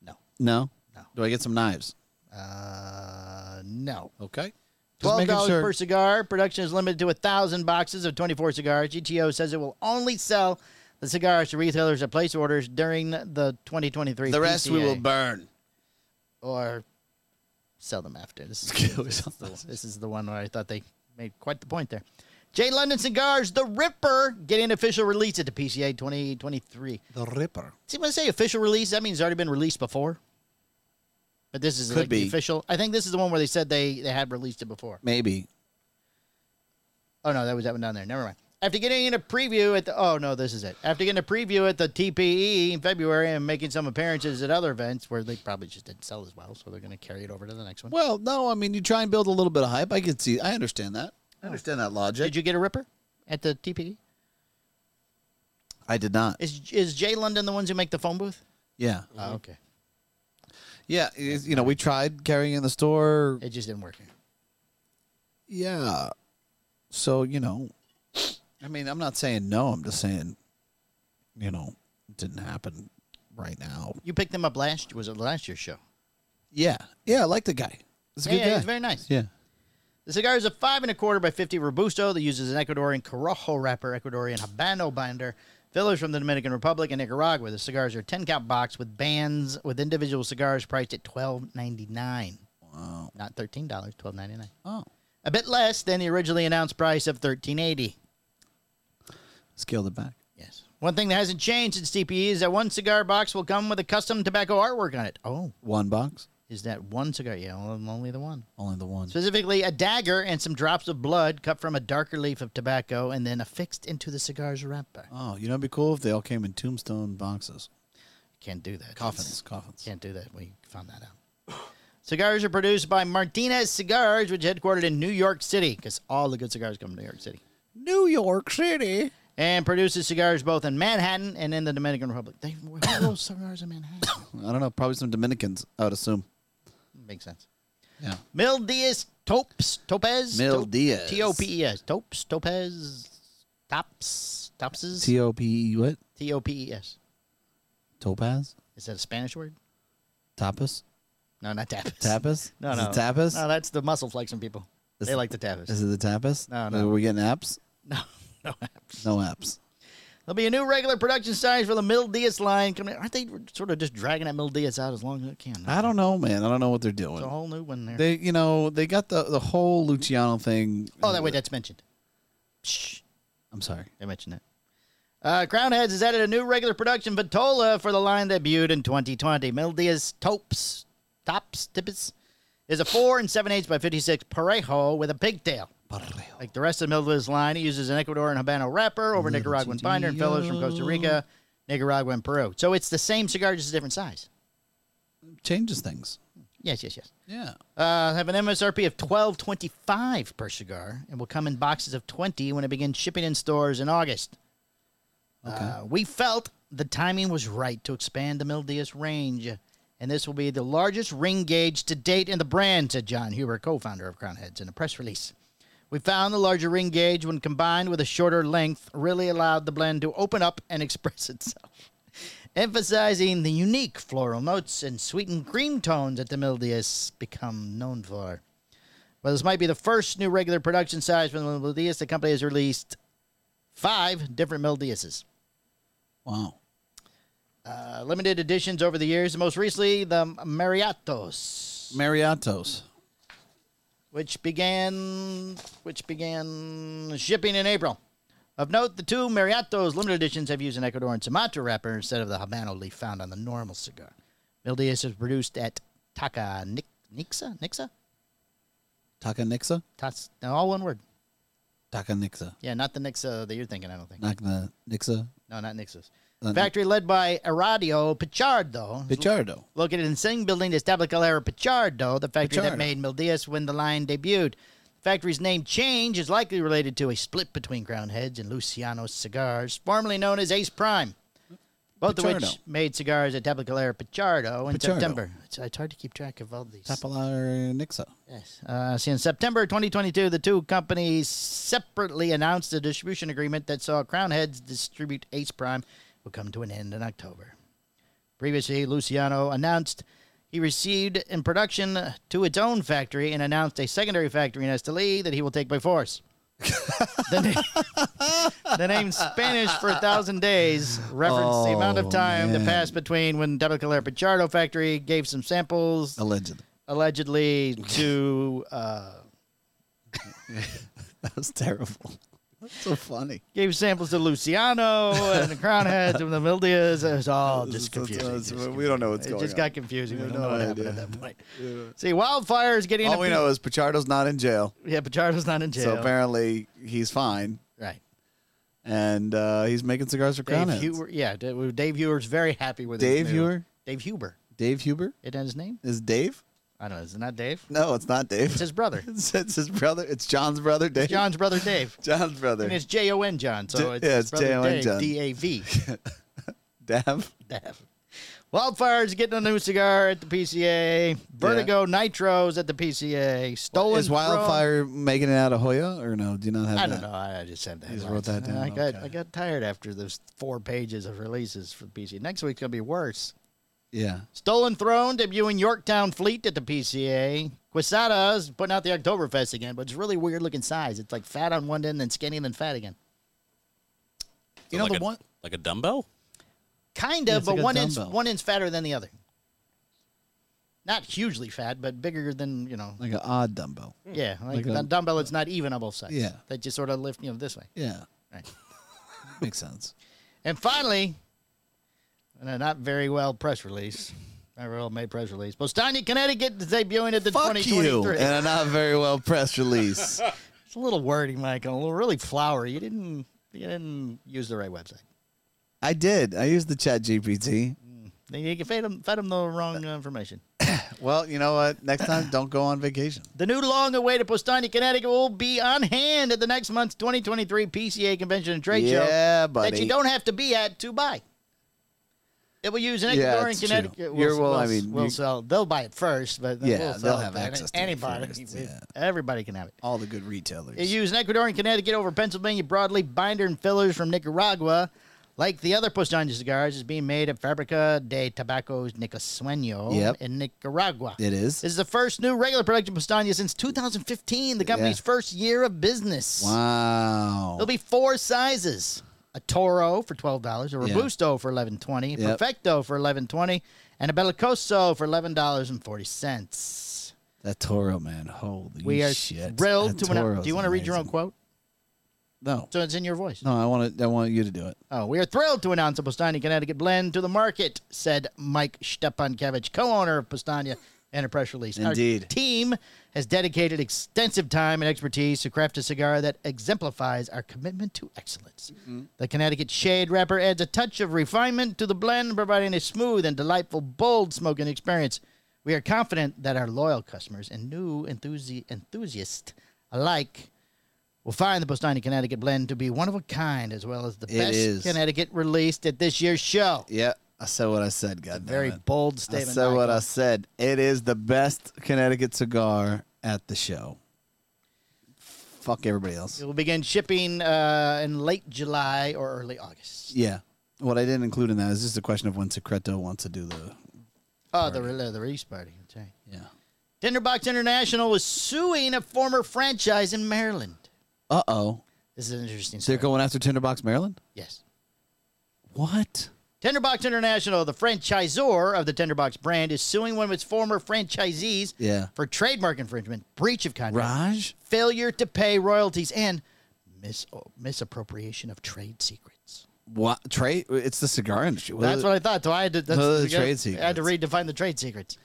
No.
No.
No.
Do I get some knives?
Uh, no.
Okay. Just
Twelve
making
dollars
sure.
per cigar. Production is limited to a thousand boxes of twenty-four cigars. GTO says it will only sell the cigars to retailers that place orders during the 2023.
The rest we
PCA,
will burn.
or sell them after. This is, this is the one where I thought they made quite the point there. J. London Cigars, The Ripper, getting an official release at the PCA 2023.
The Ripper.
See, when I say official release, that means it's already been released before. But this is
Could
like the
be.
official. I think this is the one where they said they, they had released it before.
Maybe.
Oh no, that was that one down there. Never mind. After getting in a preview at the oh no, this is it. After getting a preview at the TPE in February and making some appearances at other events where they probably just didn't sell as well, so they're going to carry it over to the next one.
Well, no. I mean, you try and build a little bit of hype. I can see. I understand that. I understand that logic.
Did you get a ripper at the E? TPE?
I did not.
Is is Jay London the ones who make the phone booth?
Yeah.
Oh, okay.
Yeah. is- You know, we tried carrying in the store.
It just didn't work.
Yeah. So, you know, I mean, I'm not saying no. I'm just saying, you know, it didn't happen right now.
You picked them up last. Was it last year's show?
Yeah. Yeah. I like the guy. It's a
Yeah,
good
yeah,
guy.
he's very nice.
yeah.
The cigar is a five and a quarter by fifty robusto that uses an Ecuadorian corojo wrapper, Ecuadorian habano binder, fillers from the Dominican Republic and Nicaragua. The cigars are ten count box with bands with individual cigars priced at twelve ninety nine. Wow. Not thirteen dollars, twelve ninety nine.
Oh.
A bit less than the originally announced price of thirteen eighty.
Scaled it back.
Yes. One thing that hasn't changed since TPE is that one cigar box will come with a custom tobacco artwork on it. Oh,
One box.
is that one cigar? Yeah, only the one.
Only the one.
Specifically, a dagger and some drops of blood cut from a darker leaf of tobacco and then affixed into the cigar's wrapper.
Oh, you know, it'd be cool if they all came in tombstone boxes,
Can't do that.
coffins, coffins.
Can't do that. We found that out. Cigars are produced by Martinez Cigars, which is headquartered in New York City, because all the good cigars come to New York City,
New York City.
and produces cigars both in Manhattan and in the Dominican Republic. They who grows cigars in Manhattan.
I don't know. Probably some Dominicans. I would assume.
Makes sense.
Yeah.
Mil Diaz Topes Topez
Mil
Top-
Diaz.
T O P E S Topes Topez Tops Topses
T O P E what?
T O P E S.
Topaz.
Is that a Spanish word?
Tapas.
No, not tapas.
Tapas.
No,
Is
no.
It tapas.
No, that's the muscle flexing people.
Is
they
it-
like the tapas.
Is it the tapas?
No, no.
Are we getting apps?
no, no apps.
No apps.
There'll be a new regular production size for the Middle Diaz line coming. Aren't they sort of just dragging that Middle Diaz out as long as it can?
I don't know, man. I don't know what they're
It's a
doing.
whole new one there.
They, you know, they got the the whole Luciano thing.
oh, that way that's mentioned. Shh,
I'm sorry.
they mentioned it. Uh, Crown Heads has added a new regular production Vitola for the line that debuted in 2020. Middle Diaz Topes, Tops, Tippets, is a 4 and 7 eighths by 56 Parejo with a pigtail. Like the rest of the middle of his line, he uses an Ecuador and Habano wrapper over Nicaraguan binder and fillers from Costa Rica, Nicaragua, and Peru. So it's the same cigar, just a different size.
Changes things.
Yes, yes, yes.
Yeah.
Uh, have an MSRP of twelve twenty five per cigar, and will come in boxes of twenty when it begins shipping in stores in August. Uh, we felt the timing was right to expand the Mildias range, and this will be the largest ring gauge to date in the brand," said John Huber, co-founder of Crown Heads, in a press release. We found the larger ring gauge, when combined with a shorter length, really allowed the blend to open up and express itself, emphasizing the unique floral notes and sweetened cream tones that the Mildias become known for. Well, this might be the first new regular production size from the Mildias. The company has released five different Mildiases.
Wow.
Uh, limited editions over the years, most recently the Mariatos.
Mariatos.
which began which began shipping in April. Of note, the two Mariatos limited editions have used an Ecuador and Sumatra wrapper instead of the Habano leaf found on the normal cigar. Mildias is produced at Taka Nik- Nixa? Nixa?
Taka Nixa?
Tats, no, all one word.
Taka Nixa.
Yeah, not the Nixa that you're thinking, I don't think.
Not the Nixa.
No, not Nix's.
Uh,
Factory led by Aradio Pichardo.
Pichardo.
Located in Sing Building, Establicadero Pichardo, the factory
Pichardo.
that made Mildias when the line debuted. The factory's name change is likely related to a split between Crown Heads and Luciano's Cigars, formerly known as Ace Prime. Both of
Pichardo.
which made cigars at Tabacalera Pichardo in
Pichardo.
September. It's, it's hard to keep track of all these.
Tapalar Nixa.
Yes. Uh, see, in September 2022, the two companies separately announced a distribution agreement that saw Crown Heads distribute Ace Prime will come to an end in October. Previously, Luciano announced he received in production to its own factory and announced a secondary factory in Esteli that he will take by force. the, na- the name Spanish for a thousand days referenced the amount of
Oh,
time that
man.
passed between when Tabacalera Pichardo factory gave some samples
Allegedly.
allegedly to uh,
That was terrible. That's so funny.
gave samples to Luciano and the Crown Heads and the Mildias. It was all just
That's-
confusing.
that's-
just
we don't know what's
confusing.
going
It just
on.
got confusing. We don't
have
know what
no
happened at
idea.
that point. See, wildfire is getting.
All we
appe-
know is Pichardo's not in jail,
Yeah, Pichardo's not in jail.
so apparently he's fine,
right.
and uh, he's making cigars for Crown Heads.
Dave Huber. Yeah, D- well, Dave Huber's very happy with his
Dave
move.
Huber?
Dave Huber.
Dave Huber
It has his name.
is Dave?
I don't know. Is it not Dave?
No, it's not Dave.
It's his brother.
It's, it's his brother. It's John's brother, Dave.
John's brother Dave.
John's brother.
And it's J O N John. So
D-
it's,
yeah,
his
it's
brother
J.O.N.
Dave,
John.
D A V.
Dav.
Dev. Wildfire's getting a new cigar at the PCA. Vertigo Nitros at the PCA. Stolen
Is Wildfire making it out of Hoya or no? Do you not have
From, I
that?
don't know. I I just said that.
You just wrote that down,
I got
okay.
I got tired after those four pages of releases for the PCA. Next week's gonna be worse.
Yeah.
Stolen Throne debuting Yorktown Fleet at the PCA. Quesada's putting out the Oktoberfest again, but it's really weird looking size. It's like fat on one end, then skinny, then fat again.
You know
like
the
a,
one.
like a dumbbell.
Kind of,
Yeah, it's
but
like a
one inch
dumbbell.
one inch fatter than the other. Not hugely fat, but bigger than you know.
Like an odd dumbbell.
Yeah, like,
Like
the
a-
dumbbell, it's not even on both sides.
Yeah.
They just sort of lift, you know, this way.
Yeah.
Right.
Makes sense.
And finally, and a not very well press release, not very well made press release, Bostonia, Connecticut is debuting at the
Fuck you.
2023.
And a not very well press release.
It's a little wordy, Michael, a little really flowery. You didn't, you didn't use the right website.
I did. I used the chat GPT.
They- You fed them, fed them the wrong uh, information.
Well, you know what? Next time, don't go on vacation.
The new long-awaited Postani, Connecticut will be on hand at the next month's 2023 PCA Convention and Trade Show.
Yeah,
That
buddy.
you don't have to be at to buy. It will use an uh,
Yeah,
Ecuador and
it's true.
Connecticut.
You're- well, I mean,
we'll
you-
sell. They'll buy it first, but then
Yeah,
we'll sell
they'll
it
have
to any-
access to it
anybody.
first, yeah.
Everybody can have it.
All the good retailers.
It used an Ecuador and Connecticut over Pennsylvania broadleaf binder and fillers from Nicaragua. Like the other Postanja cigars, is being made at Fabrica de Tabacos Nicasueño
Yep.
in Nicaragua.
It is.
This is the first new regular production Postanja since 2015, the company's
Yeah.
first year of business.
Wow.
There'll be four sizes: a Toro for twelve dollars, a
Yeah.
Robusto for eleven twenty, a
Yep.
Perfecto for eleven twenty, and a Bellicoso for eleven dollars and forty cents.
That Toro, man. Holy
We are
shit.
thrilled
That
to. An,
Toro's
do you want to read your own
amazing.
quote?
No.
So it's in your voice.
No, I want to, I want you to do it.
Oh, we are thrilled to announce a Postania Connecticut blend to the market," said Mike Stepankevich, co-owner of Postania, in a press release. Our
Indeed.
team has dedicated extensive time and expertise to craft a cigar that exemplifies our commitment to excellence. The Connecticut Shade wrapper adds a touch of refinement to the blend, providing a smooth and delightful, bold smoking experience. We are confident that our loyal customers and new enthusi- enthusiasts alike will find the Postani Connecticut blend to be one of a kind, as well as the best
is.
Connecticut released at this year's show.
Yeah, I said what I said. God damn
Very
it.
bold
I
statement.
said what
Michael.
I said. It is the best Connecticut cigar at the show. Fuck everybody else.
It will begin shipping uh, in late July or early August.
Yeah. What I didn't include in that is just a question of when Secreto wants to do the.
Oh, the, re- the release party. That's right.
Yeah.
Tinderbox International is suing a former franchise in Maryland.
Uh oh.
This is an interesting
They're
story.
going after Tinderbox Maryland?
yes.
What?
Tenderbox International, the franchisor of the Tenderbox brand, is suing one of its former franchisees
Yeah.
for trademark infringement, breach of contract,
Raj?
failure to pay royalties, and mis- misappropriation of trade secrets.
What trade? It's the cigar industry. What
That's
is-
what I thought. So I had to. That's,
Those are the
I
trade
had to
secrets.
read to find the trade secrets.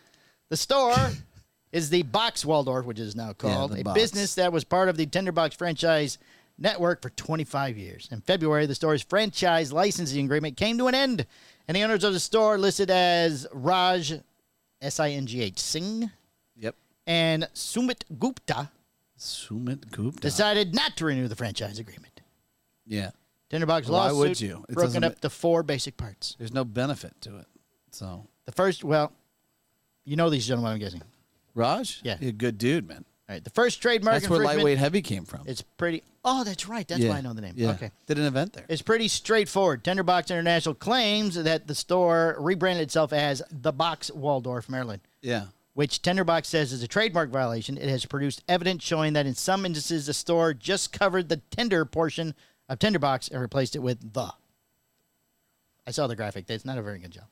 The store is the Box Waldorf, which is now called
the
a
Box.
business that was part of the Tinderbox franchise network for 25 years. In February, the store's franchise licensing agreement came to an end, and the owners of the store listed as Raj, S I N G H Singh,
Yep.
and Sumit Gupta
Sumit Gupta.
decided not to renew the franchise agreement.
yeah.
Tinderbox
Why
lawsuit
would you? It
broken
doesn't
up
ma-
to four basic parts.
There's no benefit to it. So
The first, well, you know these gentlemen, I'm guessing.
Raj,
Yeah.
you're a good dude, man.
All right, the first trademark
That's where
infringement-
lightweight heavy came from.
It's pretty. Oh, that's right. That's
Yeah.
why I know the name.
Yeah.
Okay.
Did an event there.
It's pretty straightforward. Tenderbox International claims that the store rebranded itself as The Box Waldorf, Maryland,
yeah.
which Tenderbox says is a trademark violation. It has produced evidence showing that in some instances the store just covered the tender portion of Tenderbox and replaced it with the. I saw the graphic. That's not a very good job.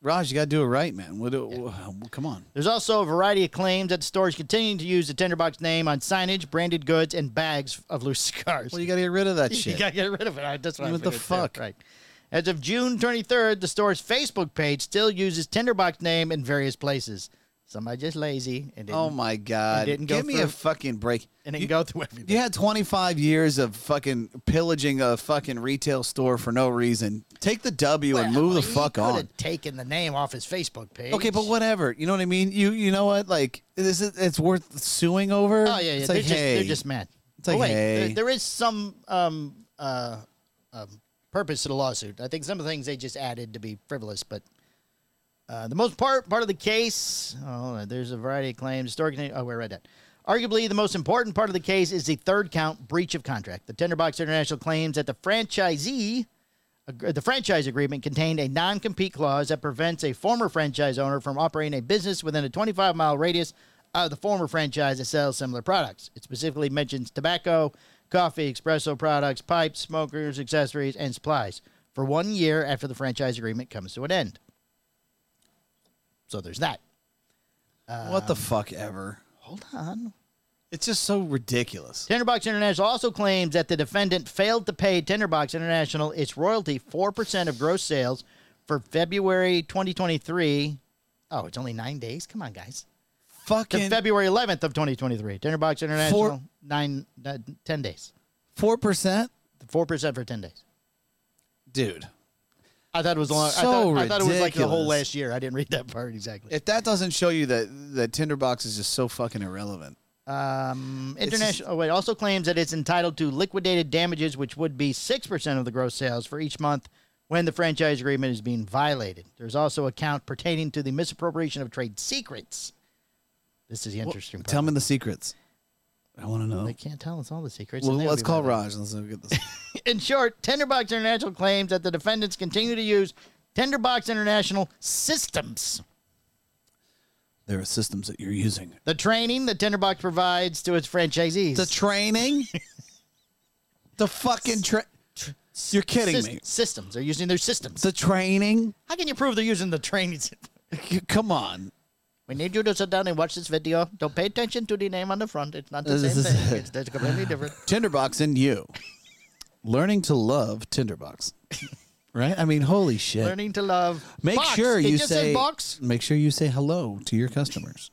Raj, you got to do it right, man. What do, wh- come on.
There's also a variety of claims that the store is continuing to use the Tenderbox name on signage, branded goods, and bags of loose cigars.
Well, you got to get rid of that
You
shit.
gotta get rid of it. I- That's what, I
What the
figured,
fuck?
too. Right. As of June 23rd, the store's Facebook page still uses Tinderbox name in various places. Somebody just lazy and didn't,
Oh my god!
didn't go
Give me a
through.
fucking break.
and didn't
you,
go through everything.
you had 25 years of fucking pillaging a fucking retail store for no reason. Take the W and move the fuck
could
on.
Have taken the name off his Facebook page.
Okay, but whatever. You know what I mean? You you know what? Like this is it's worth suing over.
Oh yeah, yeah.
It's
they're,
like
just,
hey,
they're just mad.
It's like,
oh, wait,
hey.
there- there is some um, uh, um, purpose to the lawsuit. I think some of the things they just added to be frivolous, but uh, the most part part of the case. Oh, hold on, there's a variety of claims. Store contain- oh, wait, I read that. Arguably, the most important part of the case is the third count breach of contract. The Tenderbox International claims that the franchisee Ag- the franchise agreement contained a non-compete clause that prevents a former franchise owner from operating a business within a 25-mile radius of the former franchise that sells similar products. It specifically mentions tobacco, coffee, espresso products, pipes, smokers, accessories, and supplies for one year after the franchise agreement comes to an end. So there's that.
what the fuck ever.
Um, Hold on.
It's just so ridiculous.
Tinderbox International also claims that the defendant failed to pay Tinderbox International its royalty 4% of gross sales for February 2023. Oh, it's only nine days? Come on, guys. To
Fucking
February 11th of 2023. Tinderbox International,
Four-
nine, uh, 10 days.
four percent,
4% for 10 days.
dude.
I thought it was long. I,
So
thought, I thought it was like the whole
ridiculous.
last year. I didn't read that part exactly.
If that doesn't show you that that Tinderbox is just so fucking irrelevant.
Um,
just-
international. oh, it also claims that it's entitled to liquidated damages, which would be six percent of the gross sales for each month when the franchise agreement is being violated. There's also a count pertaining to the misappropriation of trade secrets. This is the interesting.
Tell
part.
me the secrets. I want to know.
They can't tell us all the secrets.
well,
and they would
let's
be
call
violated.
Raj. Let's get this.
In short, Tenderbox International claims that the defendants continue to use Tenderbox International systems.
there are systems that you're using.
The training that Tenderbox provides to its franchisees.
The training. the fucking tra- You're kidding
Sys-
me.
Systems. They're using their systems.
The training.
How can you prove they're using the training system?
C- Come on.
We need you to sit down and watch this video. Don't pay attention to the name on the front. It's not the
This
same
is-
thing. It's that's completely different.
Tinderbox and you. Learning to love Tinderbox. Right? I mean, holy shit.
Learning to love.
Make
Box.
sure
It
you
just
say
says box.
Make sure you say hello to your customers.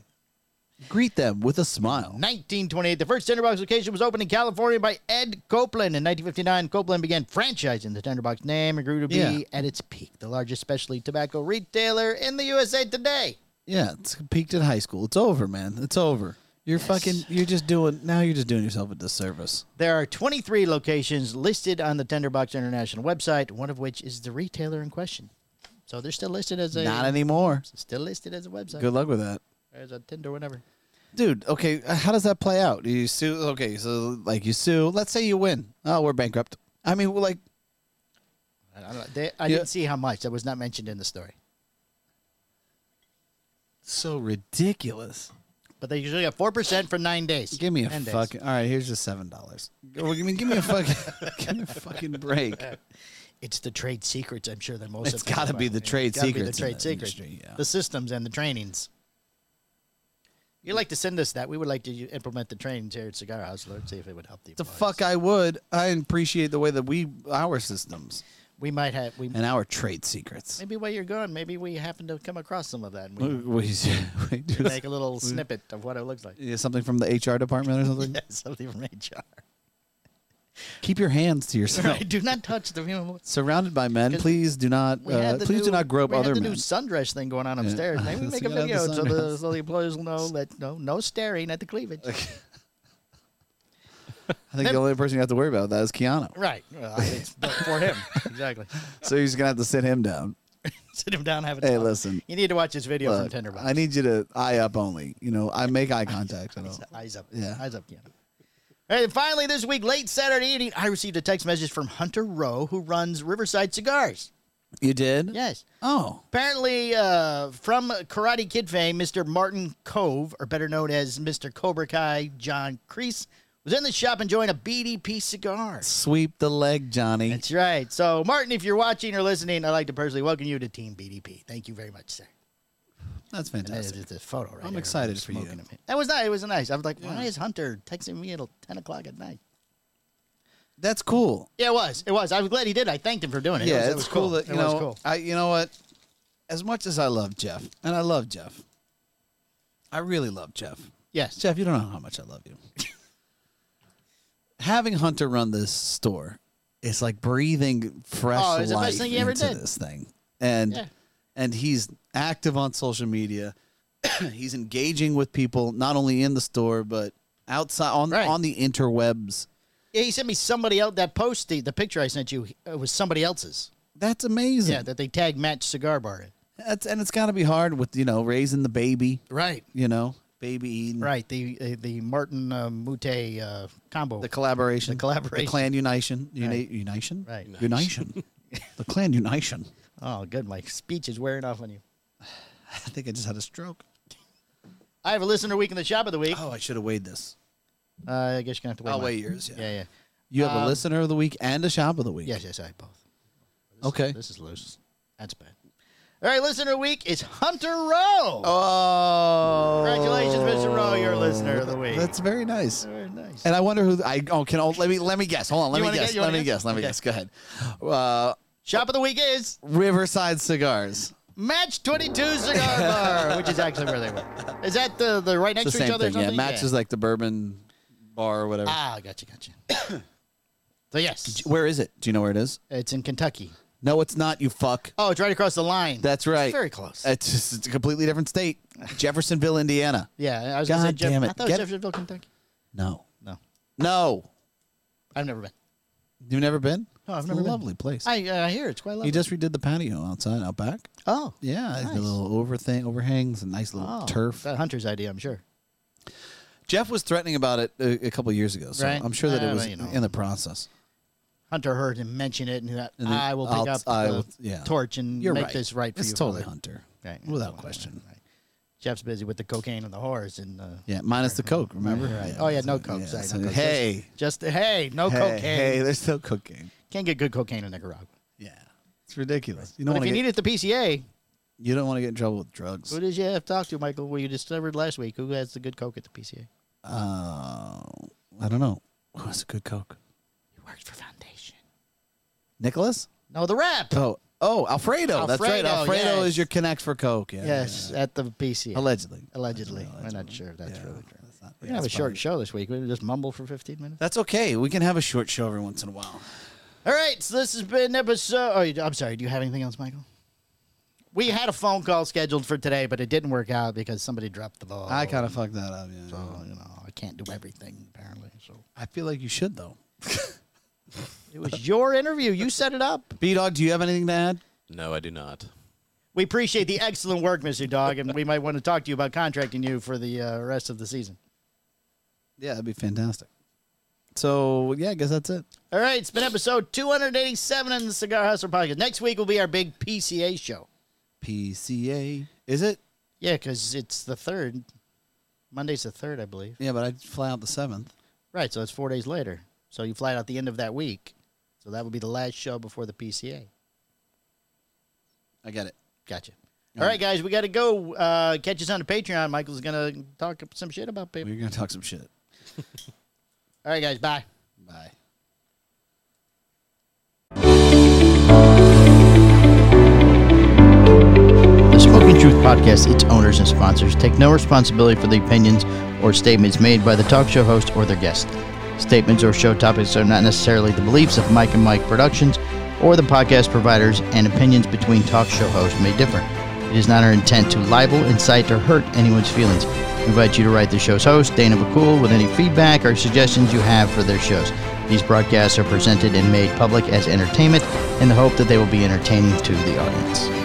Greet them with a smile.
1928. The first Tinderbox location was opened in California by Ed Copeland. In 1959, Copeland began franchising the Tinderbox name and grew to be
Yeah.
at its peak, the largest specialty tobacco retailer in the USA today.
Yeah, it's peaked at high school. It's over, man. It's over. You're fucking you're just doing now you're just doing yourself a disservice.
There are 23 locations listed on the Tinderbox International website, one of which is the retailer in question. So they're still listed as a
Not anymore.
still listed as a website,
Good luck with that.
as a Tinder, whatever.
Dude, okay, uh, how does that play out? You sue okay, so like you sue, let's say you win. Oh, we're bankrupt. I mean, well, like
I, don't know. They, I
Yeah.
didn't see how much. That was not mentioned in the story.
so ridiculous.
But they usually got four percent for nine days.
Give me a
10 days.
fucking. All right, here's your seven dollars. I mean, give me a fucking, give me a fucking break.
It's the trade secrets, I'm sure, that most
It's
of them
gotta
are
be the
violating.
trade
It's gotta be
secrets in
the trade
that
secrets,
industry, yeah.
the systems and the trainings. You'd like to send us that. We would like to u- implement the trainings here at Cigar House, Lord, see if it would help the
The
employees.
fuck I would. I appreciate the way that we our systems
We might have, we,
and our trade secrets.
maybe while you're gone, maybe we happen to come across some of that and we
We, we, we do
make a little snippet of what it looks like.
Yeah, something from the HR department or something.
Yeah, something from HR.
Keep your hands to yourself.
Right, do not touch the human voice.
Surrounded by men,
'Cause
please do not
We
uh,
had the
please
new,
do not grope
we
other
had the
men.
new sundress thing going on upstairs. Maybe we
Let's
make a
get out the
video so the,
sundress.
so the employees will know that no, no staring at the cleavage.
I think the only person you have to worry about that is Keanu.
Right. Well, I- it's built for him. Exactly.
So you're just gonna have to sit him down.
Sit him down, have a
Hey,
talk.
listen.
You need to watch this video
Look,
from Tenderbox.
I need you to eye up only. You know, I make eye contact. and all.
Eyes up.
Yeah.
Eyes up, yeah. And finally, this week, late Saturday evening, I received a text message from Hunter Rowe, who runs Riverside Cigars.
You did?
Yes.
Oh,
Apparently, uh, from Karate Kid fame, Mr. Martin Cove, or better known as Mr. Cobra Kai John Kreese, was in the shop enjoying a BDP cigar.
sweep the leg, Johnny.
That's right. So, Martin, if you're watching or listening, I'd like to personally welcome you to Team BDP. Thank you very much, sir.
That's
And that
fantastic.
is the photo, right?
I'm
there.
excited for you.
Smoking him. That was nice. It was nice. I was like, why is Hunter texting me at 10 o'clock at night?
That's cool.
Yeah, it was. It was. I was glad he did. I thanked him for doing it. it
yeah,
was, it
it's
was
cool, that
It
you
was
know.
cool.
I you know what? As much as I love Jeff, and I love Jeff, I really love Jeff.
Yes.
Jeff, you don't know how much I love you. Having Hunter run this store is like breathing fresh
Oh, it's the
life
best thing he ever
into
did.
this thing, and
Yeah.
and he's active on social media. he's engaging with people not only in the store but outside on
Right.
on the interwebs.
Yeah, he sent me somebody else that post the, the picture I sent you uh was somebody else's.
That's amazing.
Yeah, that they tagged Match Cigar Bar in.
That's and it's got to be hard with you know raising the baby,
Right.
you know, baby Eden,
Right. The uh, the Martin uh, Mute uh, combo.
The collaboration,
The collaboration.
the clan unison, uni- unison,
Right.
unison, the clan unison.
oh, good. My speech is wearing off on you.
I think I just had a stroke.
I have a listener week in the shop of the week.
Oh, I should have weighed this.
Uh, I guess you're going to have to wait.
I'll
mine.
weigh yours. Yeah.
Yeah, yeah.
You have a listener of the week and a shop of the week.
Um, Yes, yes, I have both.
Okay.
This is loose. That's bad. All right, listener of the week is Hunter Rowe.
Oh,
Congratulations, Mr. Rowe, you're listener of the week.
That's very nice.
very nice.
And I wonder who I oh can oh, let me let me guess. Hold on, let
You
me
wanna
guess.
guess? You
let
wanna
me
guess?
guess. Let me
Okay.
guess. Go ahead. Uh,
Shop of the week is
Riverside Cigars.
Match 22 Cigar Bar, which is actually where they were. Is that the, the right next
It's the
to each
same
other? or
thing. Yeah,
something?
matches like the bourbon bar or whatever.
Ah, gotcha, gotcha. so, yes,
Where is it? Do you know where it is?
it's in Kentucky.
No, it's not. You fuck.
Oh, it's right across the line.
That's right.
It's very close.
It's just it's a completely different state. Jeffersonville, Indiana.
yeah, I was
God
going to say Jeff-
damn it.
I thought it was
Get-
Jeffersonville, Kentucky.
No,
No,
no.
I've never been.
You've never been?
No, I've
It's
never
a
been.
Lovely place.
I, uh, I hear it's quite lovely.
he just redid the patio outside out back.
oh,
Yeah,
Nice.
the little over thing, overhangs, and nice little
oh,
turf.
That Hunter's idea, I'm sure.
Jeff was threatening about it a, a couple years ago, so
Right.
I'm sure that
Uh,
it was
you know.
in the process.
Hunter heard him mention it, and that
And then
I will pick
I'll-
up
I
the
will- yeah.
torch and
You're
make
right.
this right for
it's
you.
totally
Hunter.
Hunter,
Right.
Mm, without
Right.
question.
Right. Jeff's busy with the cocaine and the whores, and uh,
Yeah, minus the coke. Remember?
Right. Oh, yeah, no coke, sorry, no
so-
coke.
hey,
just hey, no
hey,
cocaine.
hey, there's no cooking.
Can't get good cocaine in Nicaragua.
Yeah, it's ridiculous. You don't
But if
want
you
to
need
get
it, the PCA.
you don't want to get in trouble with drugs.
Who did you have to talk to, Michael? Who you discovered last week? Who has the good coke at the PCA?
Uh, I don't know. Who has Oh, a good Coke?
He works for Foundation.
Nicholas?
No, the rap.
Oh, oh, Alfredo. That's right.
Alfredo,
Alfredo
yes.
is your connect for Coke. Yeah,
yes, at the PCA.
yeah. Allegedly.
Allegedly. I'm not sure if that's really true.
That's, not,
We're going to have a
that's
short
fine.
show this week. We're going to just mumble for 15 minutes.
That's okay. We can have a short show every once in a while.
All right, so this has been episode. Oh, you- I'm sorry. Do you have anything else, Michael? We had a phone call scheduled for today, but it didn't work out because somebody dropped the ball.
I kind of fucked that up. Yeah.
So, you know, I can't do everything apparently. So
I feel like you should though.
it was your interview. You set it up.
B dog, do you have anything to add?
No, I do not.
We appreciate the excellent work, Mister Dog, and we might want to talk to you about contracting you for the uh, rest of the season.
Yeah, that'd be fantastic. So yeah, I guess that's it.
All right, it's been episode 287 in the Cigar Hustler podcast. Next week will be our big PCA show.
PCA is it?
Yeah, because it's the third. Monday's the third, I believe.
Yeah, but I fly out the seventh.
Right, so it's four days later. So you fly out the end of that week. So that would be the last show before the PCA.
I get it.
Gotcha. All right, guys, we got to go. Uh, catch us on the Patreon. Michael's going to talk some shit about paper.
We're gonna talk some shit.
All right, guys, bye.
Bye.
The Smoking Truth Podcast, its owners and sponsors, take no responsibility for the opinions or statements made by the talk show host or their guest. Statements or show topics are not necessarily the beliefs of Mike and Mike Productions or the podcast providers, and opinions between talk show hosts may differ. It is not our intent to libel, incite, or hurt anyone's feelings. We invite you to write the show's host, Dana McCool, with any feedback or suggestions you have for their shows. These broadcasts are presented and made public as entertainment in the hope that they will be entertaining to the audience.